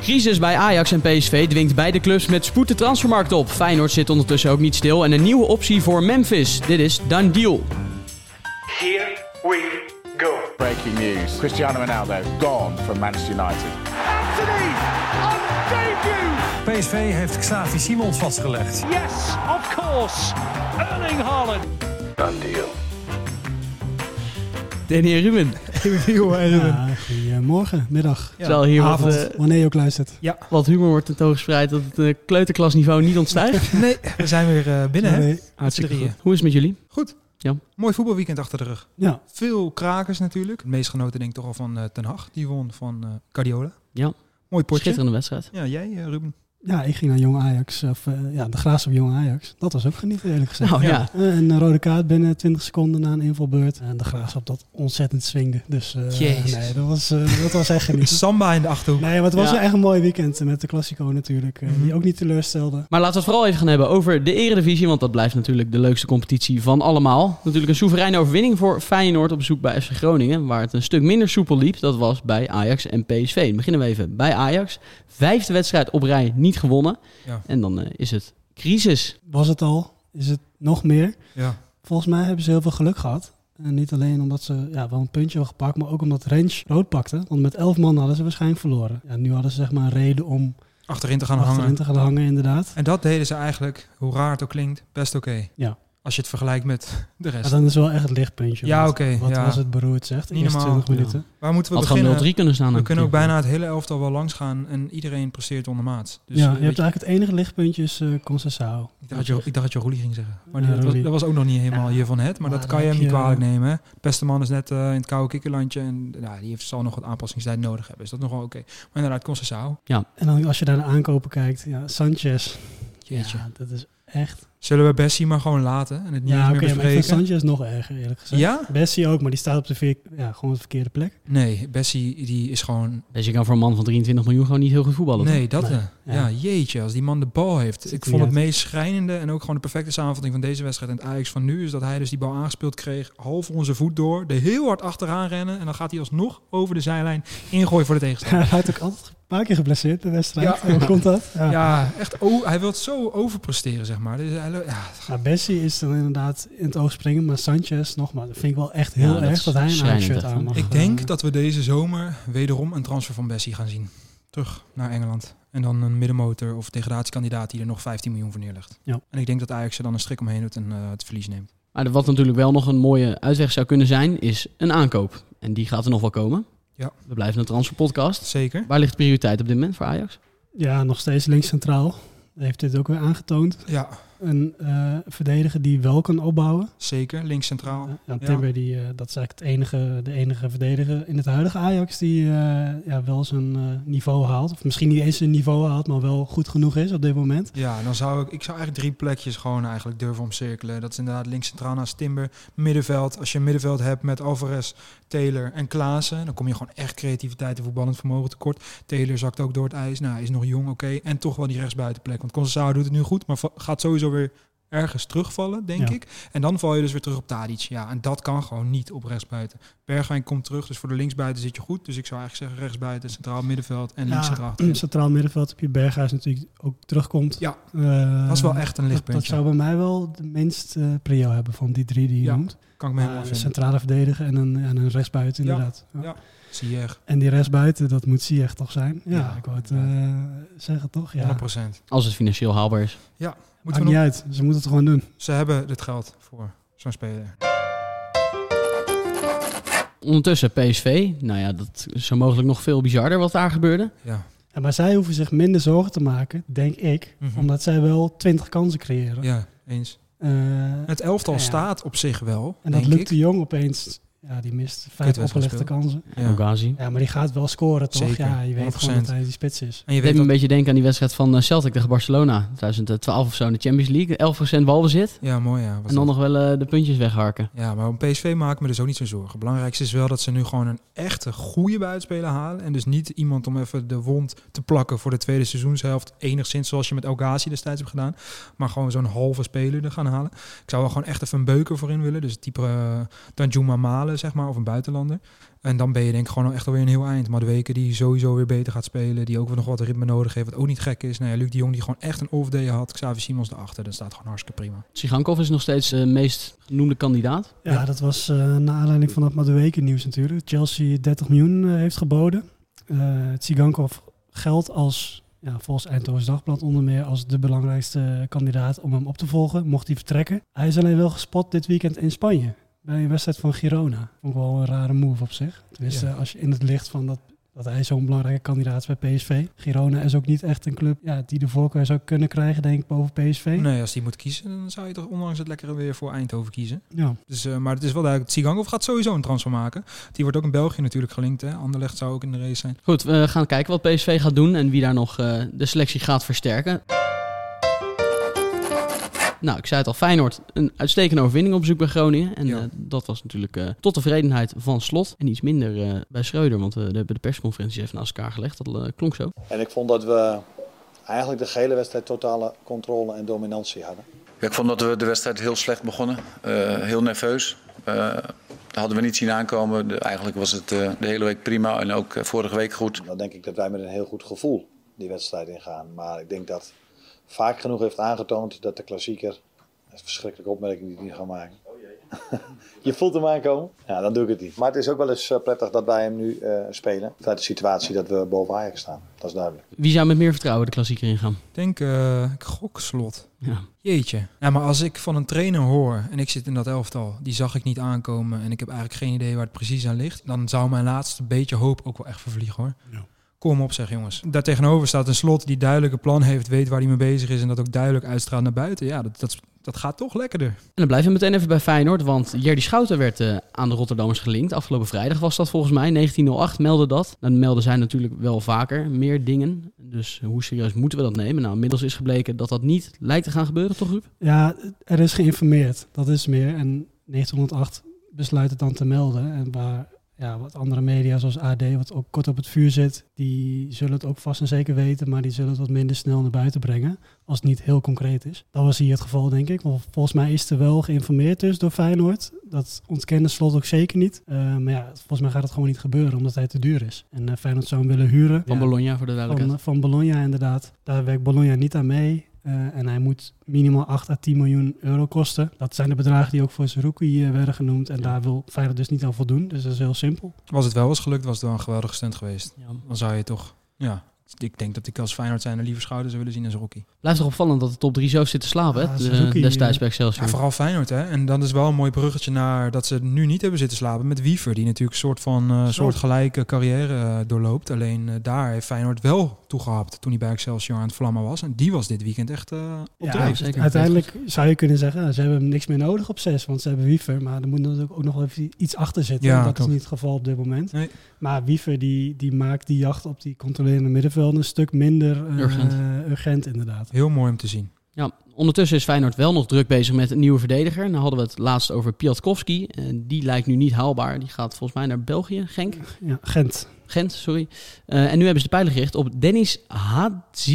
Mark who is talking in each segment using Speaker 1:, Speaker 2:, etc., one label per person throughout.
Speaker 1: crisis bij Ajax en PSV dwingt beide clubs met spoed de transfermarkt op. Feyenoord zit ondertussen ook niet stil en een nieuwe optie voor Memphis. Dit is Dan Deal.
Speaker 2: Here we go.
Speaker 3: Breaking news Cristiano Ronaldo gone from Manchester United.
Speaker 4: Anthony on debut.
Speaker 5: PSV heeft Xavi Simons vastgelegd.
Speaker 4: Yes, of course. Erling Haaland.
Speaker 1: Danny en Ruben.
Speaker 6: Yo, hey, Ruben.
Speaker 7: Ja, goedemorgen, middag.
Speaker 1: Terwijl hier wat,
Speaker 6: avond.
Speaker 1: eh,
Speaker 7: Wanneer je ook luistert.
Speaker 1: wat humor wordt tentoongespreid dat het eh, kleuterklasniveau niet ontstijgt.
Speaker 6: Nee, we zijn weer eh, binnen. Hè?
Speaker 7: Nee.
Speaker 1: Hartstikke
Speaker 6: drieën.
Speaker 1: goed. Hoe is het met jullie?
Speaker 6: Mooi voetbalweekend achter de rug.
Speaker 7: Ja,
Speaker 6: Veel krakers natuurlijk. Het meest genoten denk ik toch al van eh, Ten Hag. Die won van eh Cardiola.
Speaker 1: Ja.
Speaker 6: Mooi potje.
Speaker 1: Schitterende wedstrijd.
Speaker 6: Ja, jij eh, Ruben.
Speaker 7: ja, ik ging naar Jong Ajax, of eh, ja, de graas op Jong Ajax. Dat was ook genieten, eerlijk gezegd.
Speaker 1: Nou ja.
Speaker 6: Ja.
Speaker 7: Eh, een rode kaart binnen 20 seconden na een invalbeurt. En de graas op dat ontzettend swingde. Dus eh,
Speaker 6: Jezus.
Speaker 7: nee, dat was, eh, dat was echt genieten.
Speaker 6: Samba in de achterhoek.
Speaker 7: Nee, maar het was
Speaker 1: Ja.
Speaker 7: echt een mooi weekend met de Classico natuurlijk. eh,
Speaker 6: Mhm.
Speaker 7: Die ook niet teleurstelde.
Speaker 1: Maar laten we het vooral even gaan hebben over de Eredivisie. Want dat blijft natuurlijk de leukste competitie van allemaal. Natuurlijk een soevereine overwinning voor Feyenoord op bezoek bij FC Groningen. Waar het een stuk minder soepel liep. Dat was bij Ajax en PSV. Dan beginnen we even bij Ajax. Vijfde wedstrijd op rij niet gewonnen.
Speaker 6: Ja.
Speaker 1: En dan eh, is het crisis.
Speaker 7: Was het al? Is het nog meer?
Speaker 6: Ja.
Speaker 7: Volgens mij hebben ze heel veel geluk gehad. En niet alleen omdat ze ja, wel een puntje hadden gepakt, maar ook omdat Range rood pakte. Want met elf man hadden ze waarschijnlijk verloren. Ja, nu hadden ze zeg maar een reden om
Speaker 6: Achterin te gaan
Speaker 7: achterin
Speaker 6: hangen.
Speaker 7: te gaan hangen, inderdaad.
Speaker 6: En dat deden ze eigenlijk, hoe raar het ook klinkt, best oké.
Speaker 7: Ja.
Speaker 6: Als je het vergelijkt met de
Speaker 7: Ja,
Speaker 6: rest.
Speaker 7: dan is wel echt het lichtpuntje.
Speaker 6: Ja,
Speaker 7: Want
Speaker 6: oké,
Speaker 7: Wat
Speaker 6: ja.
Speaker 7: was het beroerd, zegt. De
Speaker 6: Niet
Speaker 7: eerste
Speaker 6: normaal.
Speaker 7: 20 minuten.
Speaker 6: Waar moeten we
Speaker 1: Had
Speaker 6: beginnen?
Speaker 1: gewoon 0-3 kunnen staan.
Speaker 6: we kunnen ook
Speaker 1: natuurlijk.
Speaker 6: bijna het hele elftal wel langs gaan en iedereen presteert ondermaats. Dus eh,
Speaker 7: ja, je
Speaker 6: weet
Speaker 7: hebt eigenlijk het enige lichtpuntje is eh Concessao.
Speaker 6: Ik dacht, dat je, ik dacht dat je Roelie ging zeggen. Maar
Speaker 7: Ja,
Speaker 6: die- dat, was,
Speaker 7: Roelie.
Speaker 6: dat was ook nog niet helemaal
Speaker 7: Ja.
Speaker 6: je van het. Maar,
Speaker 7: Maar
Speaker 6: dat
Speaker 7: dan
Speaker 6: kan je
Speaker 7: heb
Speaker 6: hem niet
Speaker 7: je-
Speaker 6: kwalijk nemen. Hè? De beste man is net eh, in het koude kikkerlandje. En nou, die heeft, zal nog wat aanpassingstijd nodig hebben. Is dat nog wel oké? Maar inderdaad, Concessao.
Speaker 7: En dan als je naar de aankopen kijkt, ja, Sanchez.
Speaker 6: Jeetje.
Speaker 7: Ja, dat is echt...
Speaker 6: Zullen we Bessie maar gewoon laten en het niet
Speaker 7: ja,
Speaker 6: eens
Speaker 7: oké,
Speaker 6: meer
Speaker 7: maar ik vind
Speaker 6: bespreken?
Speaker 7: Sanchez nog erger, eerlijk gezegd.
Speaker 6: Ja?
Speaker 7: Bessie ook, maar die staat op de, veer- ja, gewoon de verkeerde plek.
Speaker 6: Nee, Bessie die is gewoon...
Speaker 1: Dus je kan voor een man van 23 miljoen gewoon niet heel goed voetballen.
Speaker 6: Nee, dat...
Speaker 7: Nee,
Speaker 6: eh, ja.
Speaker 7: ja.
Speaker 6: jeetje, als die man de bal heeft.
Speaker 7: Ziet
Speaker 6: Ik
Speaker 7: er
Speaker 6: vond
Speaker 7: niet
Speaker 6: het meest schrijnende en ook gewoon de perfecte samenvatting van deze wedstrijd en het Ajax van nu is dat hij dus die bal aangespeeld kreeg, half voor onze voet door, er heel hard achteraan rennen en dan gaat hij alsnog over de zijlijn ingooien voor de tegenstander.
Speaker 7: Hij raakt ook altijd een paar keer geblesseerd, de wedstrijd. Hoe komt dat? Ja.
Speaker 6: Ja, echt. o- hij wil het zo overpresteren, zeg maar. Dus hij, lo- ja,
Speaker 7: Nou, Bessie is dan inderdaad in het oog springen, maar Sanchez nogmaals. Dat vind ik wel echt heel
Speaker 1: Ja, dat
Speaker 7: erg
Speaker 1: is
Speaker 7: dat hij een
Speaker 1: schrijnend
Speaker 7: Ajax-shirt
Speaker 1: echt,
Speaker 7: aan
Speaker 1: hè?
Speaker 7: mag.
Speaker 6: ik denk
Speaker 7: eh,
Speaker 6: dat we deze zomer wederom een transfer van Bessie gaan zien. Terug naar Engeland. En dan een middenmotor of degradatiekandidaat die er nog 15 miljoen voor neerlegt.
Speaker 7: Ja.
Speaker 6: En ik denk dat Ajax er dan een strik omheen doet en eh, het verlies neemt.
Speaker 1: Maar wat natuurlijk wel nog een mooie uitweg zou kunnen zijn, is een aankoop. En die gaat er nog wel komen.
Speaker 6: Ja.
Speaker 1: We blijven een transferpodcast.
Speaker 6: Zeker.
Speaker 1: Waar ligt prioriteit op dit moment voor Ajax?
Speaker 7: Ja, nog steeds links centraal. Hij Heeft dit ook weer aangetoond.
Speaker 6: Ja,
Speaker 7: Een eh, verdediger die wel kan opbouwen.
Speaker 6: zeker. Links centraal.
Speaker 7: Ja, Timber, Die, eh, dat is eigenlijk het enige, de enige verdediger in het huidige Ajax die eh, ja, wel zijn eh, niveau haalt. Of misschien niet eens zijn niveau haalt, maar wel goed genoeg is op dit moment.
Speaker 6: Ja, dan zou ik, ik zou eigenlijk drie plekjes gewoon eigenlijk durven omcirkelen. Dat is inderdaad links centraal naast Timber, middenveld. Als je een middenveld hebt met Alvarez, Taylor en Klaassen, dan kom je gewoon echt creativiteit en voetballend vermogen tekort. Taylor zakt ook door het ijs. Nou, hij is nog jong, oké. En toch wel die rechtsbuitenplek. Want Concessao doet het nu goed, maar va- gaat sowieso weer ergens terugvallen, denk
Speaker 7: Ja.
Speaker 6: ik. En dan val je dus weer terug op Tadic. Ja, en dat kan gewoon niet op rechtsbuiten. Bergwijn komt terug, dus voor de linksbuiten zit je goed. Dus ik zou eigenlijk zeggen rechtsbuiten, centraal middenveld en links centraal.
Speaker 7: Ja,
Speaker 6: achterin.
Speaker 7: centraal middenveld op je Berghuis natuurlijk ook terugkomt.
Speaker 6: Ja.
Speaker 7: Eh,
Speaker 6: Dat is wel echt een
Speaker 7: Dat, dat
Speaker 6: lichtpuntje.
Speaker 7: zou bij mij wel de minst eh prio hebben van die drie die je
Speaker 6: Ja,
Speaker 7: noemt.
Speaker 6: kan ik me
Speaker 7: Maar
Speaker 6: helemaal
Speaker 7: een
Speaker 6: vinden.
Speaker 7: centrale verdediger en een, en een rechtsbuiten
Speaker 6: Ja,
Speaker 7: inderdaad. Ja.
Speaker 6: ja. Zie je echt.
Speaker 7: En die rechtsbuiten, dat moet Ziyech toch zijn? Ja,
Speaker 6: Ja,
Speaker 7: ik wou het eh, zeggen toch? Ja.
Speaker 6: 100%.
Speaker 1: Als het financieel haalbaar is.
Speaker 6: Moeten
Speaker 7: Maakt
Speaker 6: we
Speaker 7: niet
Speaker 6: nog...
Speaker 7: uit, ze moeten het gewoon doen.
Speaker 6: Ze hebben het geld voor zo'n speler.
Speaker 1: Ondertussen PSV. Nou ja, dat is zo mogelijk nog veel bizarder wat daar gebeurde.
Speaker 6: Ja.
Speaker 7: Ja, maar zij hoeven zich minder zorgen te maken, denk ik.
Speaker 6: Mhm.
Speaker 7: Omdat zij wel twintig kansen creëren.
Speaker 6: ja, eens.
Speaker 7: Eh,
Speaker 6: Het elftal
Speaker 7: Ja.
Speaker 6: staat op zich wel.
Speaker 7: en dat
Speaker 6: denk
Speaker 7: lukt
Speaker 6: ik.
Speaker 7: de Jong opeens. Ja, die mist vijf
Speaker 6: Kutwedstrijd
Speaker 7: opgelegde
Speaker 6: gespeeld.
Speaker 7: kansen.
Speaker 6: Ja.
Speaker 1: Ogazi.
Speaker 7: Ja, maar die gaat wel scoren toch?
Speaker 6: Zeker,
Speaker 7: ja, je weet gewoon
Speaker 6: 100%.
Speaker 7: dat hij die spits is.
Speaker 6: En je
Speaker 1: Ik deed
Speaker 6: weet
Speaker 1: me een
Speaker 6: dat...
Speaker 1: beetje denken aan die wedstrijd van eh, Celtic tegen Barcelona. 2012 of zo in de Champions League. 11% balbezit.
Speaker 6: Ja, mooi ja. was
Speaker 1: En dan
Speaker 6: dat.
Speaker 1: nog wel eh, de puntjes wegharken.
Speaker 6: Ja, maar om PSV maak ik me dus ook niet zo zorgen. Het belangrijkste is wel dat ze nu gewoon een echte goede buitenspeler halen. En dus niet iemand om even de wond te plakken voor de tweede seizoenshelft. Enigszins zoals je met Algazi destijds hebt gedaan. Maar gewoon zo'n halve speler er gaan halen. Ik zou wel gewoon echt even een beuker voor in willen. Dus type eh Danjuma Malen halen, zeg maar, of een buitenlander. En dan ben je denk ik gewoon al echt alweer een heel eind. Maar de weken die sowieso weer beter gaat spelen, die ook weer nog wat ritme nodig heeft, wat ook niet gek is. Nou ja, Luc de Jong die gewoon echt een off-day had, Xavier Simons erachter, dat staat gewoon hartstikke prima.
Speaker 1: Sigankov is nog steeds de meest genoemde kandidaat.
Speaker 7: Ja, dat was eh naar aanleiding van het Madueke nieuws natuurlijk. Chelsea 30 miljoen eh, heeft geboden. Eh Tsigankov geldt als, ja, volgens Eindhoven's Dagblad onder meer, als de belangrijkste kandidaat om hem op te volgen, mocht hij vertrekken. Hij is alleen wel gespot dit weekend in Spanje, bij een wedstrijd van Girona. Vond ik wel een rare move op zich. Tenminste,
Speaker 6: Ja.
Speaker 7: als je in het licht van dat, dat hij zo'n belangrijke kandidaat is bij PSV. Girona is ook niet echt een club ja, die de voorkeur zou kunnen krijgen, denk ik, boven PSV.
Speaker 6: Nee, als die moet kiezen, dan zou je toch ondanks het lekkere weer voor Eindhoven kiezen.
Speaker 7: Ja.
Speaker 6: Dus, eh, maar het is wel duidelijk, Tsigangov gaat sowieso een transfer maken. Die wordt ook in België natuurlijk gelinkt, hè. Anderlecht zou ook in de race zijn.
Speaker 1: Goed, we gaan kijken wat PSV gaat doen en wie daar nog eh, de selectie gaat versterken. Nou, ik zei het al, Feyenoord een uitstekende overwinning op bezoek bij Groningen. En
Speaker 6: Ja.
Speaker 1: eh, dat was natuurlijk eh, tot tevredenheid van Slot. En iets minder eh, bij Schreuder, want we hebben de persconferenties even naast elkaar gelegd. Dat eh, klonk zo.
Speaker 8: En ik vond dat we eigenlijk de gehele wedstrijd totale controle en dominantie hadden.
Speaker 9: Ja, ik vond dat we de wedstrijd heel slecht begonnen. Eh, heel nerveus. Eh, dat hadden we niet zien aankomen. De- eigenlijk was het eh, de hele week prima en ook eh, vorige week goed.
Speaker 8: Dan denk ik dat wij met een heel goed gevoel die wedstrijd ingaan. Maar ik denk dat vaak genoeg heeft aangetoond dat de klassieker... Dat is een verschrikkelijke opmerking die ik nu ga maken. Je voelt hem aankomen? Ja, dan doe ik het niet. Maar het is ook wel eens eh, prettig dat wij hem nu eh, spelen. Vanuit de situatie dat we boven Ajax staan. Dat is duidelijk.
Speaker 1: Wie zou met meer vertrouwen de klassieker ingaan?
Speaker 6: Ik denk, eh ik gok slot.
Speaker 1: Ja.
Speaker 6: Jeetje. Ja, maar als ik van een trainer hoor, en ik zit in dat elftal, die zag ik niet aankomen en ik heb eigenlijk geen idee waar het precies aan ligt, dan zou mijn laatste beetje hoop ook wel echt vervliegen hoor.
Speaker 7: Ja.
Speaker 6: Kom op zeg jongens. Daartegenover staat een slot die duidelijke plan heeft, weet waar hij mee bezig is en dat ook duidelijk uitstraalt naar buiten. Ja, dat, dat, dat gaat toch lekkerder.
Speaker 1: En dan blijven we meteen even bij Feyenoord, want Jerdy Schouten werd eh, aan de Rotterdammers gelinkt. Afgelopen vrijdag was dat volgens mij, 1908 meldde dat. Dan melden zij natuurlijk wel vaker meer dingen. Dus hoe serieus moeten we dat nemen? Nou, inmiddels is gebleken dat dat niet lijkt te gaan gebeuren, toch Ruud?
Speaker 7: Ja, er is geïnformeerd. Dat is meer. En 1908 besluit het dan te melden. En waar ja, wat andere media zoals AD, wat ook kort op het vuur zit, die zullen het ook vast en zeker weten, maar die zullen het wat minder snel naar buiten brengen. Als het niet heel concreet is. Dat was hier het geval, denk ik. Want volgens mij is er wel geïnformeerd dus door Feyenoord. Dat ontkende slot ook zeker niet. Eh, maar ja, volgens mij gaat het gewoon niet gebeuren, omdat hij te duur is. En eh, Feyenoord zou hem willen huren.
Speaker 1: Van
Speaker 7: Ja.
Speaker 1: Bologna, voor de duidelijkheid.
Speaker 7: Van, van Bologna inderdaad. Daar werkt Bologna niet aan mee. Eh, en hij moet minimaal 8 à 10 miljoen euro kosten. Dat zijn de bedragen die ook voor Zerouki eh, werden genoemd. En daar wil Feyenoord dus niet aan voldoen. Dus dat is heel simpel.
Speaker 6: Was het wel eens gelukt, was het wel een geweldige stunt geweest.
Speaker 1: Ja.
Speaker 6: Dan zou je toch, ja, ik denk dat ik als Feyenoord zijn liever schouders zou willen zien als Rocky.
Speaker 1: Blijft toch opvallend dat de top 3 zo zit te slapen,
Speaker 7: eh, Ja,
Speaker 1: hè? De-
Speaker 7: Suzuki,
Speaker 1: destijds
Speaker 7: eh,
Speaker 1: bij Excelsior.
Speaker 6: Ja, vooral Feyenoord, hè. En dan is wel een mooi bruggetje naar dat ze nu niet hebben zitten slapen met Wiever, die natuurlijk een soort van eh soortgelijke carrière eh, doorloopt. Alleen eh, daar heeft Feyenoord wel toegehapt toen hij bij Excelsior aan het vlammen was. En die was dit weekend echt eh, op
Speaker 7: Ja,
Speaker 6: drijf.
Speaker 1: zeker.
Speaker 7: Uiteindelijk zou je kunnen zeggen, nou, ze hebben hem niks meer nodig op 6. Want ze hebben Wiever. Maar er moet natuurlijk ook nog wel even iets achter zitten.
Speaker 6: Ja,
Speaker 7: en dat
Speaker 6: klopt.
Speaker 7: is niet het geval op dit moment.
Speaker 6: Nee.
Speaker 7: Maar Wiever die, die maakt die jacht op die controlerende middenvelden een stuk minder eh,
Speaker 1: Urgent.
Speaker 7: urgent inderdaad.
Speaker 6: Heel mooi om te zien.
Speaker 1: Ja, ondertussen is Feyenoord wel nog druk bezig met een nieuwe verdediger. Dan hadden we het laatst over Piatkowski. Eh, die lijkt nu niet haalbaar. Die gaat volgens mij naar België, Genk.
Speaker 7: Ja, Gent.
Speaker 1: Gent, sorry. Eh, en nu hebben ze de pijlen gericht op Dennis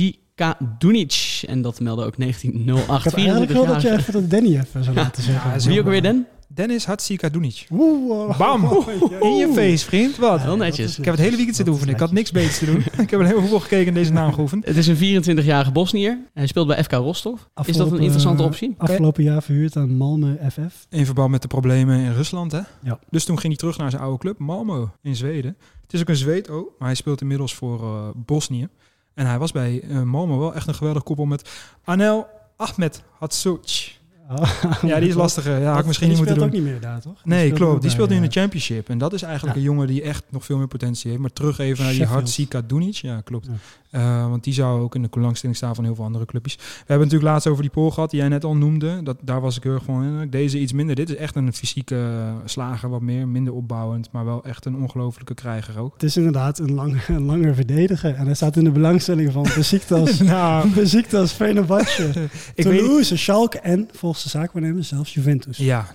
Speaker 1: Hadzikadunic. En dat meldde ook 1908.
Speaker 7: Ik heb eigenlijk wel dat je
Speaker 1: 24
Speaker 7: even dat Danny even zou laten zeggen.
Speaker 6: dus Ja,
Speaker 1: jaar. Wie ook weer Den?
Speaker 6: Dennis Hatzikadunic.
Speaker 7: Oeh, wow.
Speaker 6: Bam! In je face, vriend. Wat?
Speaker 1: Heel netjes.
Speaker 6: Ik heb het hele weekend zitten oefenen. Ik had niks beters te doen. ik heb een heel veel gekeken en deze naam geoefend.
Speaker 1: Het is een 24-jarige Bosnier. Hij speelt bij FK Rostov. is dat een
Speaker 7: Afgelopen- eh,
Speaker 1: interessante optie?
Speaker 7: Afgelopen jaar verhuurd aan Malmö FF.
Speaker 6: In verband met de problemen in Rusland, hè?
Speaker 7: Ja.
Speaker 6: Dus toen ging hij terug naar zijn oude club, Malmo, in Zweden. Het is ook een Zweed, oh, maar hij speelt inmiddels voor eh, Bosnië. En hij was bij eh, Malmo wel echt een geweldig koppel met Anel Ahmed Hatsuc. Ja, die is lastiger. Ja, had ik misschien niet
Speaker 7: die
Speaker 6: moeten
Speaker 7: speelt
Speaker 6: doen.
Speaker 7: ook niet meer daar, toch?
Speaker 6: Nee, klopt. Die speelt nu in de
Speaker 7: chat.
Speaker 6: Championship. En dat is eigenlijk
Speaker 7: eh, Ja.
Speaker 6: een jongen die echt nog veel meer potentie heeft. Maar terug even naar die
Speaker 7: Sheffield.
Speaker 6: Hartsika Dunic. Ja, klopt.
Speaker 7: Ja.
Speaker 6: Eh, want die zou ook in de belangstelling staan van heel veel andere clubjes. We hebben het natuurlijk laatst over die pool gehad die jij net al noemde. Dat, daar was ik heel erg van. eh, Deze iets minder. Dit is echt een fysieke eh, slager wat meer. Minder opbouwend. Maar wel echt een ongelofelijke krijger ook.
Speaker 7: Het is inderdaad een, lang, een langer verdediger. En hij staat in de belangstelling van Besiktas,
Speaker 6: Nou,
Speaker 7: Besiktas Fenerbahce,
Speaker 6: ik weet niet.
Speaker 7: Toulouse, Schalke en volgens de zaakwaarnemer zelfs Juventus.
Speaker 6: Ja,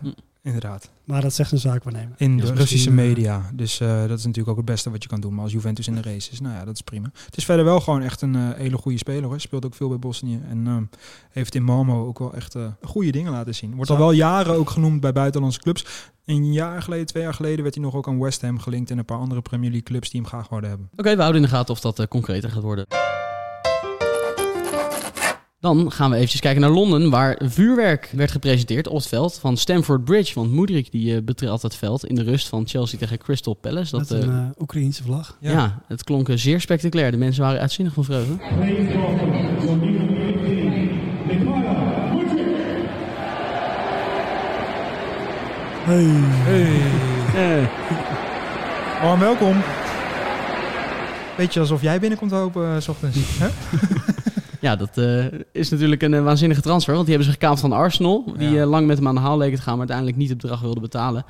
Speaker 6: inderdaad.
Speaker 7: Maar dat zegt een zaakwaarnemer.
Speaker 6: In
Speaker 7: Dus
Speaker 6: de Russische
Speaker 7: misschien, eh,
Speaker 6: media. Dus eh, dat is natuurlijk ook het beste wat je kan doen. Maar als Juventus in de race is, nou ja, dat is prima. Het is verder wel gewoon echt een eh, hele goede speler. Hoor. Speelt ook veel bij Bosnië. En ehm, heeft in Malmo ook wel echt eh, goede dingen laten zien. Wordt al wel jaren ook genoemd bij buitenlandse clubs. Een jaar geleden, twee jaar geleden, werd hij nog ook aan West Ham gelinkt en een paar andere Premier League clubs die hem graag wilden hebben.
Speaker 1: Oké, we houden in de gaten of dat eh, concreter gaat worden. Dan gaan we eventjes kijken naar Londen, waar vuurwerk werd gepresenteerd op het veld van Stamford Bridge. Want Moedrik die eh, betrad het veld in de rust van Chelsea tegen Crystal Palace. Dat,
Speaker 7: Met een
Speaker 1: eh,
Speaker 7: eh, Oekraïense vlag.
Speaker 1: ja. het klonk eh, zeer spectaculair. De mensen waren uitzinnig van vreugde.
Speaker 7: Hey.
Speaker 6: Warm welkom. Beetje alsof jij binnenkomt hopen, eh, s ochtends. Hè?
Speaker 1: Ja, dat eh, is natuurlijk een eh, waanzinnige transfer. Want die hebben ze gekaapt van Arsenal. Die
Speaker 6: Ja.
Speaker 1: eh, lang met hem aan de haal leken te gaan, maar uiteindelijk niet het bedrag wilden betalen.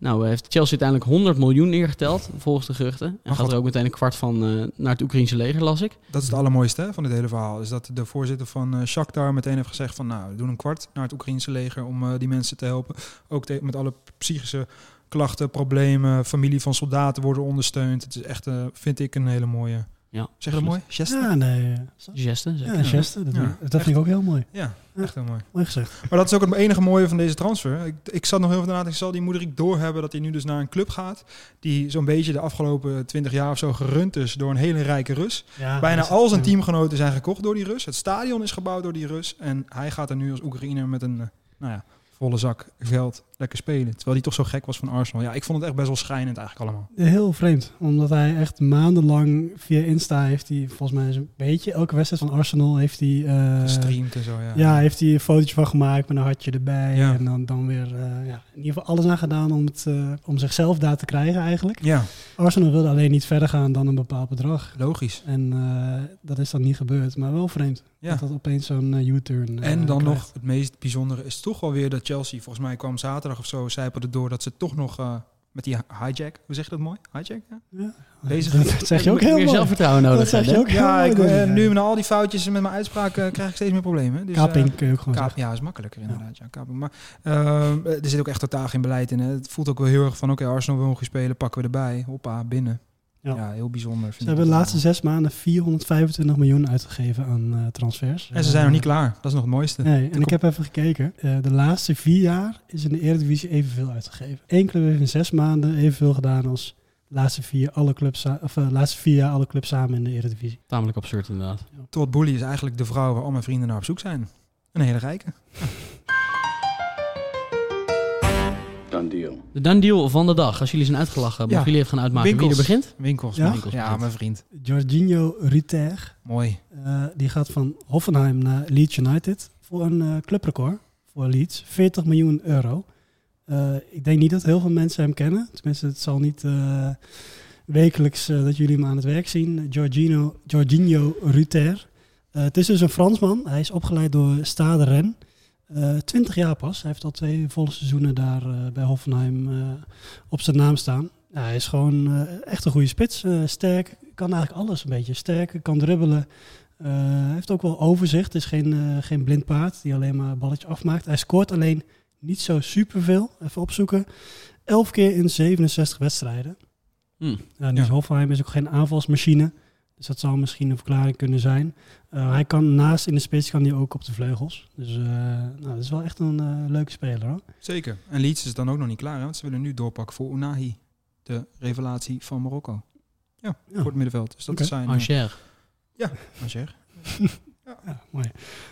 Speaker 1: Nou, eh, heeft Chelsea uiteindelijk 100 miljoen neergeteld, volgens de geruchten. En
Speaker 6: Maar
Speaker 1: gaat er
Speaker 6: Oh, God.
Speaker 1: ook meteen een kwart van eh, naar het Oekraïnse leger, las ik.
Speaker 6: Dat is het allermooiste hè, van dit hele verhaal. Is dat de voorzitter van eh Shakhtar meteen heeft gezegd van... nou, we doen een kwart naar het Oekraïnse leger om eh, die mensen te helpen. Ook te- met alle psychische klachten, problemen. Familie van soldaten worden ondersteund. Het is echt, eh, vind ik, een hele mooie...
Speaker 1: Ja,
Speaker 6: Zeg je dat mooi? Geste?
Speaker 7: Ja, nee. eh,
Speaker 1: Geste,
Speaker 7: Ja,
Speaker 1: zeker.
Speaker 7: een geste. Dat,
Speaker 6: Ja.
Speaker 7: dat vind ik ook heel mooi.
Speaker 6: Ja, echt heel mooi.
Speaker 7: Mooi gezegd.
Speaker 6: Maar dat is ook het enige mooie van deze transfer. Ik, ik zat nog heel veel na te denken, zal die Moederik doorhebben dat hij nu dus naar een club gaat... die zo'n beetje de afgelopen twintig jaar of zo gerund is door een hele rijke Rus...
Speaker 7: Ah,
Speaker 6: Bijna al zijn teamgenoten zijn gekocht door die Rus. Het stadion is gebouwd door die Rus. En hij gaat er nu als Oekraïner met een eh, nou ja, volle zak geld lekker spelen. Terwijl hij toch zo gek was van Arsenal. Ja, ik vond het echt best wel schrijnend eigenlijk allemaal.
Speaker 7: Heel vreemd, omdat hij echt maandenlang via Insta heeft hij, volgens mij zo'n beetje elke wedstrijd van Arsenal heeft hij... eh,
Speaker 6: Streamt en zo, ja.
Speaker 7: ja, heeft hij een fotootje van gemaakt met een hartje erbij.
Speaker 6: Ja.
Speaker 7: En dan, dan weer eh, ja, in ieder geval alles aan gedaan om, het, eh, om zichzelf daar te krijgen eigenlijk.
Speaker 6: Ja,
Speaker 7: Arsenal wilde alleen niet verder gaan dan een bepaald bedrag.
Speaker 6: logisch.
Speaker 7: En eh, dat is dan niet gebeurd, maar wel vreemd.
Speaker 6: Ja.
Speaker 7: Dat dat opeens zo'n eh, U-turn eh,
Speaker 6: En dan
Speaker 7: krijgt.
Speaker 6: nog het meest bijzondere is toch wel weer dat Chelsea... volgens mij kwam zaterdag of zo, zijpelde door dat ze toch nog... eh, met die hijack, hoe zeg je dat mooi? Hijack? Ja,
Speaker 7: Ja.
Speaker 6: bezig
Speaker 7: Dat zeg je ook heel
Speaker 1: Meer
Speaker 7: mooi.
Speaker 1: zelfvertrouwen nodig
Speaker 7: Dat zeg je
Speaker 1: hebben.
Speaker 7: ook heel
Speaker 6: ja
Speaker 7: mooi,
Speaker 6: ik,
Speaker 7: denk
Speaker 6: eh,
Speaker 7: ik.
Speaker 6: nu met al die foutjes en met mijn uitspraken eh, krijg ik steeds meer problemen. Dus, eh,
Speaker 7: Kaping kun je ook gewoon
Speaker 6: Kaap,
Speaker 7: zeggen.
Speaker 6: ja, is makkelijker inderdaad. Ja. kaping. Maar ehm, er zit ook echt totaal geen beleid in. Hè. Het voelt ook wel heel erg van, oké, Arsenal wil nog eens spelen, pakken we erbij. Hoppa, binnen.
Speaker 7: Ja.
Speaker 6: Ja, heel bijzonder.
Speaker 7: Ze hebben de laatste zes maanden 425 miljoen uitgegeven aan eh, transfers.
Speaker 6: En ze zijn nog niet
Speaker 7: Eh,
Speaker 6: klaar. Dat is nog het mooiste.
Speaker 7: Nee, en ik heb even gekeken. Eh, de laatste vier jaar is in de Eredivisie evenveel uitgegeven. Eén club heeft in zes maanden evenveel gedaan als de laatste vier, alle clubs, sa- of, eh, laatste vier jaar alle clubs samen in de Eredivisie.
Speaker 1: Tamelijk absurd inderdaad.
Speaker 6: Todd Boehly is eigenlijk de vrouw waar al mijn vrienden naar op zoek zijn. Een hele rijke.
Speaker 1: De done deal van de dag. Als jullie zijn uitgelachen, mogen
Speaker 6: Ja.
Speaker 1: jullie even gaan uitmaken wie
Speaker 6: Winkels.
Speaker 1: er begint.
Speaker 6: Winkels.
Speaker 7: Ja?
Speaker 6: Winkels ja, mijn vriend.
Speaker 7: Jorginho Ruter,
Speaker 6: Mooi.
Speaker 7: eh, die gaat van Hoffenheim naar Leeds United voor een eh, clubrecord voor Leeds. 40 miljoen euro. Eh, ik denk niet dat heel veel mensen hem kennen. Tenminste, het zal niet eh, wekelijks eh, dat jullie hem aan het werk zien. Jorginho, Jorginho Ruter. Eh, het is dus een Fransman. Hij is opgeleid door Stade Rennes. Eh 20 jaar pas. Hij heeft al twee volle seizoenen daar eh, bij Hoffenheim eh, op zijn naam staan. Ja, hij is gewoon eh, echt een goede spits. Eh, sterk, kan eigenlijk alles een beetje. Sterk, kan dribbelen. Eh, Hij heeft ook wel overzicht. Is geen, eh, geen blind paard die alleen maar een balletje afmaakt. Hij scoort alleen niet zo superveel. Even opzoeken. 11 keer in 67 wedstrijden.
Speaker 1: Hmm.
Speaker 7: Ja, dus
Speaker 6: Ja.
Speaker 7: Hoffenheim is ook geen aanvalsmachine. Dus dat zou misschien een verklaring kunnen zijn. Eh, hij kan naast in de spits kan hij ook op de vleugels. Dus eh, nou, dat is wel echt een eh, leuke speler. Hoor.
Speaker 6: Zeker. En Leeds is dan ook nog niet klaar. Hè? Want ze willen nu doorpakken voor Unahi. De revelatie van Marokko. Ja, voor het middenveld. Dus dat
Speaker 7: Oké.
Speaker 6: is zijn... eh,
Speaker 1: Ancher.
Speaker 6: Angers.
Speaker 7: Ja, mooi.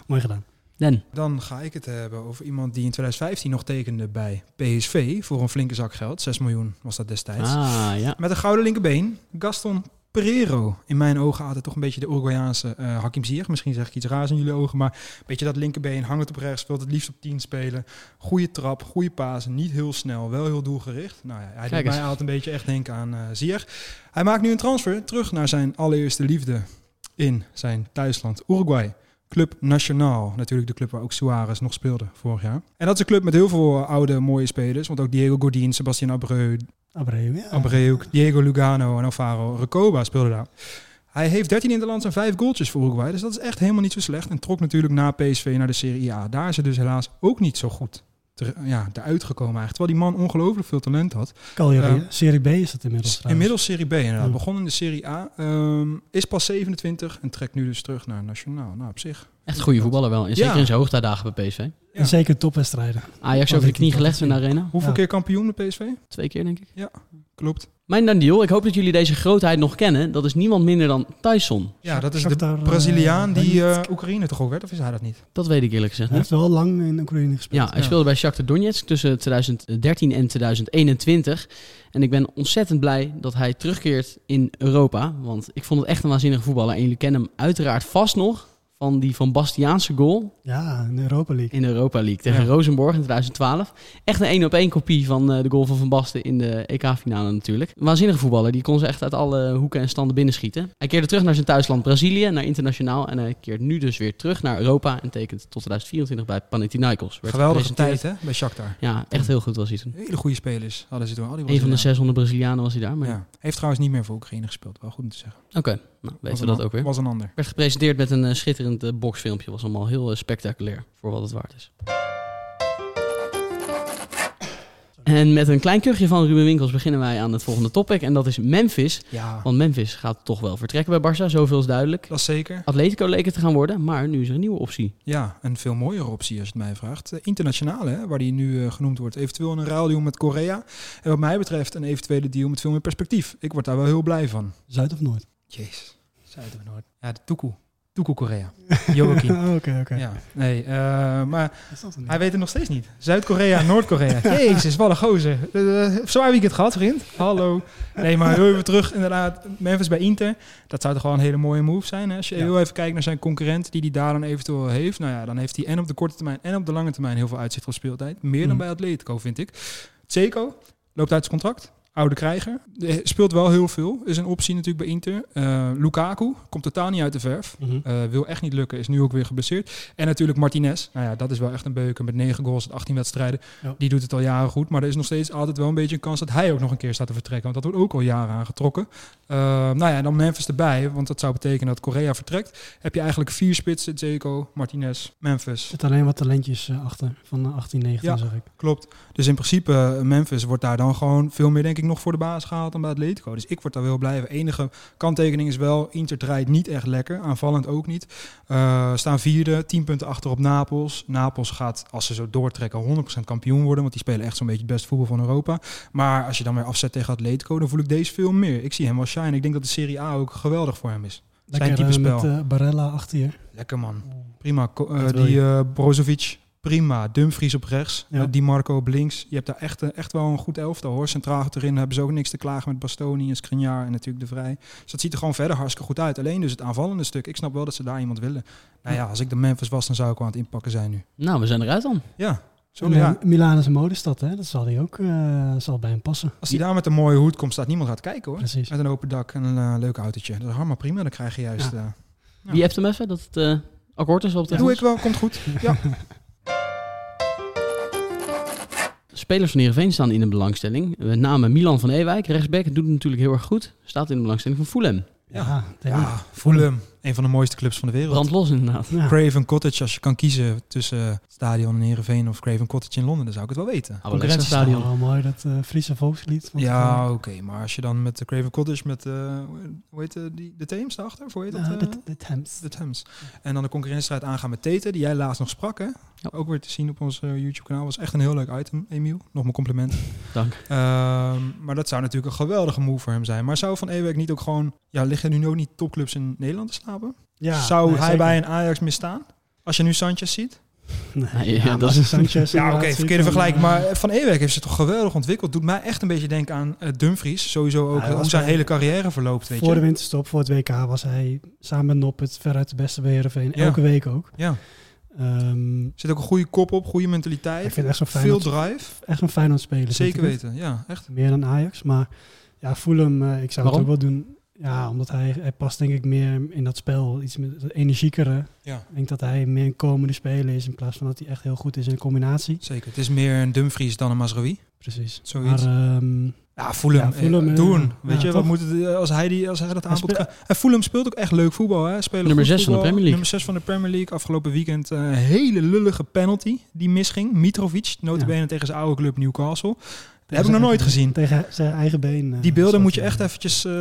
Speaker 7: mooi gedaan.
Speaker 1: Den.
Speaker 6: Dan ga ik het hebben over iemand die in 2015 nog tekende bij PSV voor een flinke zak geld. 6 miljoen was dat destijds.
Speaker 1: Ah, ja.
Speaker 6: Met een gouden linkerbeen, Gaston Pereiro. In mijn ogen had het toch een beetje de Uruguayaanse eh, Hakim Ziyech. Misschien zeg ik iets raars in jullie ogen, maar een beetje dat linkerbeen, hangend op rechts, speelt het liefst op 10 spelen. Goeie trap, goede paas, niet heel snel, wel heel doelgericht. Nou ja, hij
Speaker 1: Kijk
Speaker 6: deed
Speaker 1: eens.
Speaker 6: mij altijd een beetje echt denken aan eh Ziyech. Hij maakt nu een transfer terug naar zijn allereerste liefde in zijn thuisland Uruguay. Club Nacional, natuurlijk de club waar ook Suarez nog speelde vorig jaar. En dat is een club met heel veel eh, oude mooie spelers, want ook Diego Godin, Sebastian Abreu,
Speaker 7: Abreu, ja.
Speaker 6: Abreu, Diego Lugano en Alvaro Recoba speelden daar. Hij heeft 13 interlands en 5 goaltjes voor Uruguay. Dus dat is echt helemaal niet zo slecht. En trok natuurlijk na PSV naar de Serie A. Daar is het dus helaas ook niet zo goed ter, ja, eruit gekomen eigenlijk. Terwijl die man ongelooflijk veel talent had.
Speaker 7: Cagliari,
Speaker 6: Ja.
Speaker 7: Serie B is dat inmiddels trouwens.
Speaker 6: Inmiddels Serie B inderdaad.
Speaker 7: Ja.
Speaker 6: Begon in de Serie A. ehm, is pas 27 en trekt nu dus terug naar Nationaal. Nou, op zich
Speaker 1: Echt goede voetballer wel. En zeker
Speaker 6: Ja.
Speaker 1: in zijn hoogtijdagen bij PSV.
Speaker 6: Ja.
Speaker 7: En zeker topwedstrijden.
Speaker 1: Ajax over de knie gelegd in de arena.
Speaker 6: Hoeveel
Speaker 7: Ja.
Speaker 6: keer kampioen de PSV?
Speaker 1: Twee keer, denk ik.
Speaker 6: Klopt.
Speaker 1: Mijn Dandiel, ik hoop dat jullie deze grootheid nog kennen. Dat is niemand minder dan Tyson.
Speaker 6: Ja, dat is
Speaker 7: Shakhtar,
Speaker 6: de
Speaker 7: eh,
Speaker 6: Braziliaan die
Speaker 7: Donetsk.
Speaker 6: eh, Oekraïne toch ook werd, of is hij dat niet?
Speaker 1: Dat weet ik eerlijk gezegd
Speaker 7: Hij
Speaker 1: niet.
Speaker 7: heeft wel lang in Oekraïne gespeeld.
Speaker 1: Ja, hij speelde bij Shakhtar Donetsk tussen 2013 en 2021. En ik ben ontzettend blij dat hij terugkeert in Europa. Want ik vond het echt een waanzinnige voetballer. En jullie kennen hem uiteraard vast nog van die Van Bastiaanse goal
Speaker 7: Ja, in de Europa League.
Speaker 1: in de Europa League tegen
Speaker 6: Ja.
Speaker 1: Rosenborg in 2012. Echt een 1-op-1 kopie van eh, de goal van Van Basten in de EK-finale natuurlijk. Een waanzinnige voetballer, die kon ze echt uit alle hoeken en standen binnenschieten. Hij keerde terug naar zijn thuisland Brazilië, naar internationaal. En hij keert nu dus weer terug naar Europa en tekent tot 2024 bij Panathinaikos. Werd
Speaker 6: Geweldige
Speaker 1: gepresenteerd.
Speaker 6: tijd hè, bij Shakhtar.
Speaker 1: Ja, echt heel goed was hij toen.
Speaker 6: Hele goede spelers hadden ze toen. Al die
Speaker 1: Een van de
Speaker 6: Brazilianen.
Speaker 1: 600 Brazilianen was hij daar. Maar...
Speaker 6: Ja. Heeft trouwens niet meer voor Oekraïne gespeeld, wel goed om te zeggen.
Speaker 1: Oké, nou, weten
Speaker 6: Was
Speaker 1: we
Speaker 6: een
Speaker 1: dat
Speaker 6: an-
Speaker 1: ook weer.
Speaker 6: Was een ander.
Speaker 1: Werd gepresenteerd met een eh, schitterend eh, boxfilmpje. Was allemaal heel eh, spectaculair voor wat het waard is. En met een klein kuchje van Ruben Winkels beginnen wij aan het volgende topic. En dat is Memphis.
Speaker 6: Ja,
Speaker 1: Want Memphis gaat toch wel vertrekken bij Barça, zoveel is duidelijk.
Speaker 6: dat is zeker.
Speaker 1: Atletico leek het te gaan worden, maar nu is er een nieuwe optie.
Speaker 6: Ja, een veel mooiere optie als je het mij vraagt. Eh, internationale, hè, waar die nu eh, genoemd wordt. Eventueel een ruildeal met Korea. En wat mij betreft een eventuele deal met veel meer perspectief. Ik word daar wel heel blij van.
Speaker 7: Zuid of Noord?
Speaker 6: Jeez, zuid nooit. Ja, de Toekoe. Toekoe Korea. Joachim.
Speaker 7: Ah, Oké, oké.
Speaker 6: Ja, nee, eh, maar
Speaker 7: Is dat een-
Speaker 6: hij weet het nog steeds niet. Zuid-Korea, Noord-Korea. Jezus, wat een gozer. Eh, eh, Zwaar weekend gehad, vriend. Hallo. Nee, maar heel even terug. Inderdaad, Memphis bij Inter. Dat zou toch wel een hele mooie move zijn. Hè? Als je
Speaker 7: Ja.
Speaker 6: heel even kijkt naar zijn concurrent die die daar dan eventueel heeft. Nou ja, dan heeft hij en op de korte termijn en op de lange termijn heel veel uitzicht op speeltijd. Meer dan
Speaker 7: Mm.
Speaker 6: bij Atletico, vind ik. Tseko loopt uit zijn contract. Oude krijger. Eh, Speelt wel heel veel. Is een optie natuurlijk bij Inter. Eh, Lukaku komt totaal niet uit de verf.
Speaker 7: Mhm.
Speaker 6: Eh, wil echt niet lukken, is nu ook weer geblesseerd. En natuurlijk Martinez. Nou ja, dat is wel echt een beuken met 9 goals en 18 wedstrijden.
Speaker 7: Ja.
Speaker 6: Die doet het al jaren goed. Maar er is nog steeds altijd wel een beetje een kans dat hij ook nog een keer staat te vertrekken. Want dat wordt ook al jaren aangetrokken. Eh, nou ja, en dan Memphis erbij. Want dat zou betekenen dat Korea vertrekt. Heb je eigenlijk vier spitsen. Zeko, Martinez, Memphis.
Speaker 7: Er zitten alleen wat talentjes eh, achter van eh, 18, 19,
Speaker 6: Ja.
Speaker 7: zeg ik.
Speaker 6: Klopt. Dus in principe, eh, Memphis wordt daar dan gewoon veel meer, denk ik, nog voor de baas gehaald dan bij Atletico. Dus ik word daar wel blijven. Enige kanttekening is wel, Inter draait niet echt lekker. Aanvallend ook niet. Eh, staan vierde, tien punten achter op Napels. Napels gaat, als ze zo doortrekken, 100% kampioen worden. Want die spelen echt zo'n beetje het beste voetbal van Europa. Maar als je dan weer afzet tegen Atletico, dan voel ik deze veel meer. Ik zie hem wel shine. Ik denk dat de Serie A ook geweldig voor hem is.
Speaker 7: Lekker
Speaker 6: type
Speaker 7: eh, met
Speaker 6: spel.
Speaker 7: eh, Barella achter je.
Speaker 6: Lekker man. Prima. Ko- eh,
Speaker 7: Dat wil
Speaker 6: die eh Brozovic, prima. Dumfries op rechts.
Speaker 7: Ja.
Speaker 6: Eh, Di Marco op links. Je hebt daar echt, eh, echt wel een goed elftal hoor. Centraal achterin hebben ze ook niks te klagen met Bastoni en Skriniar en natuurlijk De Vrij. Dus dat ziet er gewoon verder hartstikke goed uit. Alleen dus het aanvallende stuk. Ik snap wel dat ze daar iemand willen. Nou ja, als ik de Memphis was, dan zou ik wel aan het inpakken zijn nu.
Speaker 1: Nou, we zijn eruit dan.
Speaker 6: Ja, zo
Speaker 7: En, eh,
Speaker 6: ja.
Speaker 7: Milaan is een modestad, hè? Dat zal hij ook eh, zal bij hem passen.
Speaker 6: Als hij daar met een mooie hoed komt, staat niemand gaat kijken hoor.
Speaker 7: Precies.
Speaker 6: Met een open dak en een eh, leuk autootje. Dat is helemaal prima. Dan krijg je juist... eh, Ja.
Speaker 1: Wie hebt hem even? Dat het eh, akkoord is op de
Speaker 6: Doe ik wel, komt goed. Ja.
Speaker 1: Spelers van Heerenveen staan in de belangstelling. Met name Milan van Ewijk, rechtsback, doet het natuurlijk heel erg goed. Staat in de belangstelling van Fulham.
Speaker 7: Ja, denk ik.
Speaker 6: ja, Fulham. Een van de mooiste clubs van de wereld.
Speaker 1: Brand los inderdaad.
Speaker 7: Ja.
Speaker 6: Craven Cottage, als je kan kiezen tussen het stadion in Heerenveen of Craven Cottage in Londen, dan zou ik het wel weten.
Speaker 1: Concurrentiestadion.
Speaker 7: Oh, mooi, dat eh, Friese volkslied. eh, van
Speaker 6: Ja,
Speaker 7: tevoren.
Speaker 6: oké, maar als je dan met de Craven Cottage met, eh, hoe heet eh, die, de Thames daarachter? Of Hoe heet dat?
Speaker 7: Ja,
Speaker 6: eh?
Speaker 7: dat, dat Thames.
Speaker 6: de Thames. En dan de concurrentiestrijd aangaan met Tete, die jij laatst nog sprak, hè?
Speaker 1: Ja.
Speaker 6: Ook weer te zien op ons eh, YouTube-kanaal. Was echt een heel leuk item, Emiel. Nog mijn compliment.
Speaker 1: Dank.
Speaker 6: Ehm, maar dat zou natuurlijk een geweldige move voor hem zijn. Maar zou Van Ewijk niet ook gewoon... Ja, liggen nu ook niet topclubs in Nederland te slapen?
Speaker 7: Ja,
Speaker 6: zou
Speaker 7: nee,
Speaker 6: hij
Speaker 7: zeker.
Speaker 6: bij een Ajax misstaan? Als je nu Sanchez ziet?
Speaker 1: Nee,
Speaker 7: Nee,
Speaker 1: ja, dat
Speaker 7: maar
Speaker 1: is-
Speaker 7: Sanchez
Speaker 6: Ja, oké,
Speaker 7: inderdaad ziet
Speaker 6: verkeerde
Speaker 7: en,
Speaker 6: vergelijking.
Speaker 7: eh,
Speaker 6: Maar Van Ewijk heeft zich toch geweldig ontwikkeld. Doet mij echt een beetje denken aan eh, Dumfries. Sowieso ook eh,
Speaker 7: Hij was
Speaker 6: hoe zijn
Speaker 7: wel-
Speaker 6: hele carrière verloopt, weet
Speaker 7: voor de
Speaker 6: je.
Speaker 7: winterstop, voor het WK, was hij samen met Noppet veruit de beste bij Heerenveen.
Speaker 6: Ja.
Speaker 7: Elke week ook.
Speaker 6: Ja,
Speaker 7: Ehm,
Speaker 6: zit ook een goede kop op, goede
Speaker 7: ik
Speaker 6: mentaliteit.
Speaker 7: vind het echt zo'n fijn,
Speaker 6: Veel drive,
Speaker 7: echt een fijn speler.
Speaker 6: zeker weten. Ja, echt.
Speaker 7: Meer dan Ajax. Maar ja, Fulham, eh, ik zou
Speaker 1: Waarom?
Speaker 7: het ook wel doen. Ja, omdat hij, hij past denk ik meer in dat spel. Iets met dat energiekere.
Speaker 6: Ja.
Speaker 7: Ik denk dat hij meer een komende speler is in plaats van dat hij echt heel goed is in combinatie.
Speaker 6: Zeker. Het is meer een Dumfries dan een Masraoui.
Speaker 7: Precies.
Speaker 6: Zoiets.
Speaker 7: Maar ehm,
Speaker 6: Ja, Fulham.
Speaker 7: Ja, Fulham,
Speaker 6: eh,
Speaker 7: eh,
Speaker 6: doen. Weet
Speaker 7: ja,
Speaker 6: je, wat
Speaker 7: toch?
Speaker 6: moet het, eh, als, hij die, als hij dat
Speaker 7: Hij
Speaker 6: aanbod
Speaker 7: speelt-
Speaker 6: krijgt. En Fulham speelt ook echt leuk voetbal. Hè? Spelen
Speaker 1: Nummer
Speaker 6: goed
Speaker 1: zes van de
Speaker 6: voetbal.
Speaker 1: Premier League.
Speaker 6: Nummer 6 van de Premier League. Afgelopen weekend eh, een hele lullige penalty die misging. Mitrovic, notabene tegen zijn oude club Newcastle. Heb ik nog nooit gezien.
Speaker 7: Tegen zijn eigen been. eh,
Speaker 6: Die beelden
Speaker 7: zat
Speaker 6: moet je
Speaker 7: hij.
Speaker 6: echt eventjes... eh,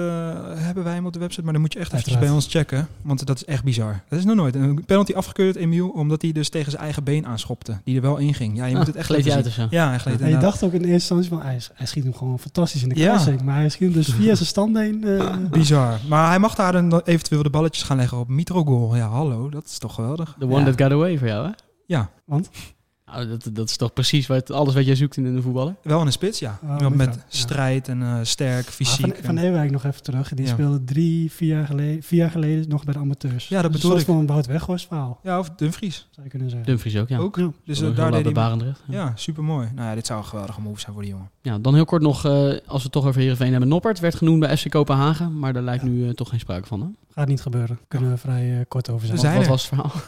Speaker 6: hebben wij hem op de website, maar dan moet je echt eventjes bij
Speaker 7: Uiteraard.
Speaker 6: ons checken. Want dat is echt bizar. Dat is nog nooit. Een penalty afgekeurd, Emiel, omdat hij dus tegen zijn eigen been aanschopte. Die er wel in ging. Ja, je moet het echt
Speaker 1: Ah, gleed
Speaker 6: laten
Speaker 1: hij uit
Speaker 6: zien.
Speaker 1: of zo.
Speaker 6: Ja, hij gleed
Speaker 7: En je
Speaker 6: inderdaad.
Speaker 7: dacht ook in eerste instantie van hij, hij schiet hem gewoon fantastisch in de
Speaker 6: Ja.
Speaker 7: kruising. Maar hij schiet hem dus via zijn standbeen. eh
Speaker 6: Bizar. Maar hij mag daar dan eventueel de balletjes gaan leggen op Mitrogol. Ja, hallo. Dat is toch geweldig.
Speaker 1: The one
Speaker 7: Ja.
Speaker 1: that got away voor jou, hè?
Speaker 6: Ja.
Speaker 7: Want?
Speaker 1: Nou, dat, dat is toch precies wat, alles wat jij zoekt in een voetballer?
Speaker 6: Wel in een spits, ja.
Speaker 7: Ah,
Speaker 6: Wel met
Speaker 7: Mitra, ja.
Speaker 6: strijd en eh, sterk,
Speaker 7: Maar
Speaker 6: fysiek.
Speaker 7: Van, van
Speaker 6: en-
Speaker 7: Ewijk nog even terug. Die
Speaker 6: Ja.
Speaker 7: speelde drie, vier jaar, geleden, vier jaar geleden nog bij de amateurs.
Speaker 6: Ja, dat
Speaker 7: Dus
Speaker 6: bedoel
Speaker 7: een
Speaker 6: ik.
Speaker 7: soort van een Wout Weghorst verhaal,
Speaker 6: ja, of Dumfries.
Speaker 7: zou je kunnen zeggen.
Speaker 1: Dumfries ook, ja.
Speaker 6: Ook.
Speaker 7: Ja.
Speaker 6: Dus eh,
Speaker 1: Zolang
Speaker 6: daar
Speaker 1: bij
Speaker 6: deed hij... hem-
Speaker 1: Barendrecht. Ja.
Speaker 6: Ja, supermooi. Nou ja, dit zou een geweldige move zijn voor die jongen.
Speaker 1: Ja, dan heel kort nog, eh, als we het toch over Heerenveen hebben. Noppert werd genoemd bij FC Kopenhagen, maar daar lijkt nu eh, toch geen sprake van. Hè?
Speaker 7: Gaat niet gebeuren. Kunnen we vrij eh, kort over zijn.
Speaker 6: Dus Zijn
Speaker 1: Wat
Speaker 6: er.
Speaker 1: was het verhaal?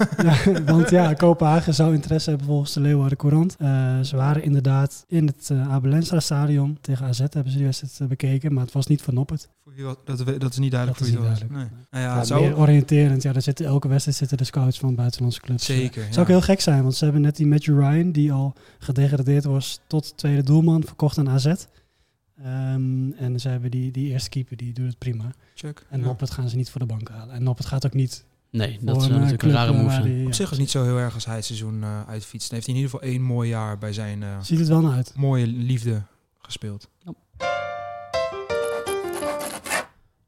Speaker 7: Ja, want ja, Kopenhagen zou interesse hebben volgens de Leeuwarden Courant. Eh, ze waren inderdaad in het eh Abelensra Stadion tegen AZ hebben ze die wedstrijd eh, bekeken, maar het was niet van Noppert.
Speaker 6: Voor wie wat- dat, we- dat is niet duidelijk
Speaker 7: Dat
Speaker 6: voor
Speaker 7: is
Speaker 6: wie het was.
Speaker 7: niet
Speaker 6: Nee.
Speaker 7: duidelijk.
Speaker 6: Nou ja,
Speaker 7: Ja,
Speaker 6: het zou-
Speaker 7: Meer oriënterend. Ja, daar zitten, elke wedstrijd zitten de scouts van buitenlandse clubs.
Speaker 6: Zeker,
Speaker 7: Zou
Speaker 6: ja.
Speaker 7: ook heel gek zijn, want ze hebben net die Matthew Ryan, die al gedegradeerd was tot tweede doelman, verkocht aan AZ. Ehm, en ze hebben die, die eerste keeper, die doet het prima.
Speaker 6: Check.
Speaker 7: En
Speaker 6: Ja.
Speaker 7: Noppert gaan ze niet voor de bank halen. En Noppert gaat ook niet
Speaker 1: Nee,
Speaker 7: voor
Speaker 1: dat zou
Speaker 7: eh,
Speaker 1: natuurlijk een
Speaker 7: club,
Speaker 1: rare
Speaker 7: eh,
Speaker 1: move
Speaker 7: waar
Speaker 1: zijn.
Speaker 7: die-
Speaker 6: Op
Speaker 7: ja.
Speaker 6: zich is het niet zo heel erg als hij het seizoen eh uitfietst. Dan heeft hij in ieder geval één mooi jaar bij zijn eh,
Speaker 7: Ziet het wel naar uit.
Speaker 6: mooie liefde gespeeld.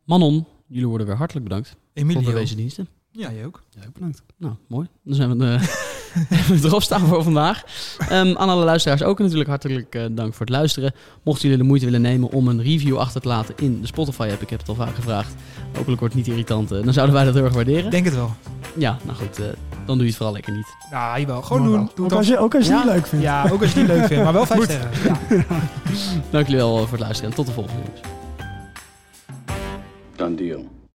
Speaker 1: Manon, jullie worden weer hartelijk bedankt voor
Speaker 6: Emilio.
Speaker 1: bewezen diensten.
Speaker 6: Ja, je ook.
Speaker 7: Ja, bedankt.
Speaker 1: Nou, mooi. Dan zijn we, eh, hebben we erop staan voor vandaag. Ehm, aan alle luisteraars ook natuurlijk hartelijk eh, dank voor het luisteren. Mochten jullie de moeite willen nemen om een review achter te laten in de Spotify-app, ik heb het al vaak gevraagd, hopelijk wordt het niet irritant, eh, dan zouden wij dat heel erg waarderen.
Speaker 6: Denk het wel.
Speaker 1: Ja, nou goed, eh, dan doe je het vooral lekker niet.
Speaker 6: Nou, jawel. Gewoon
Speaker 7: Maar
Speaker 6: doen.
Speaker 7: wel.
Speaker 6: Doe
Speaker 7: ook,
Speaker 6: het
Speaker 7: als je, ook als je het niet leuk vindt.
Speaker 6: Ja, ook als je het niet leuk vindt, maar wel vijf sterren.
Speaker 1: Dank jullie wel eh, voor het luisteren en tot de volgende. jongens.
Speaker 9: Dan deal.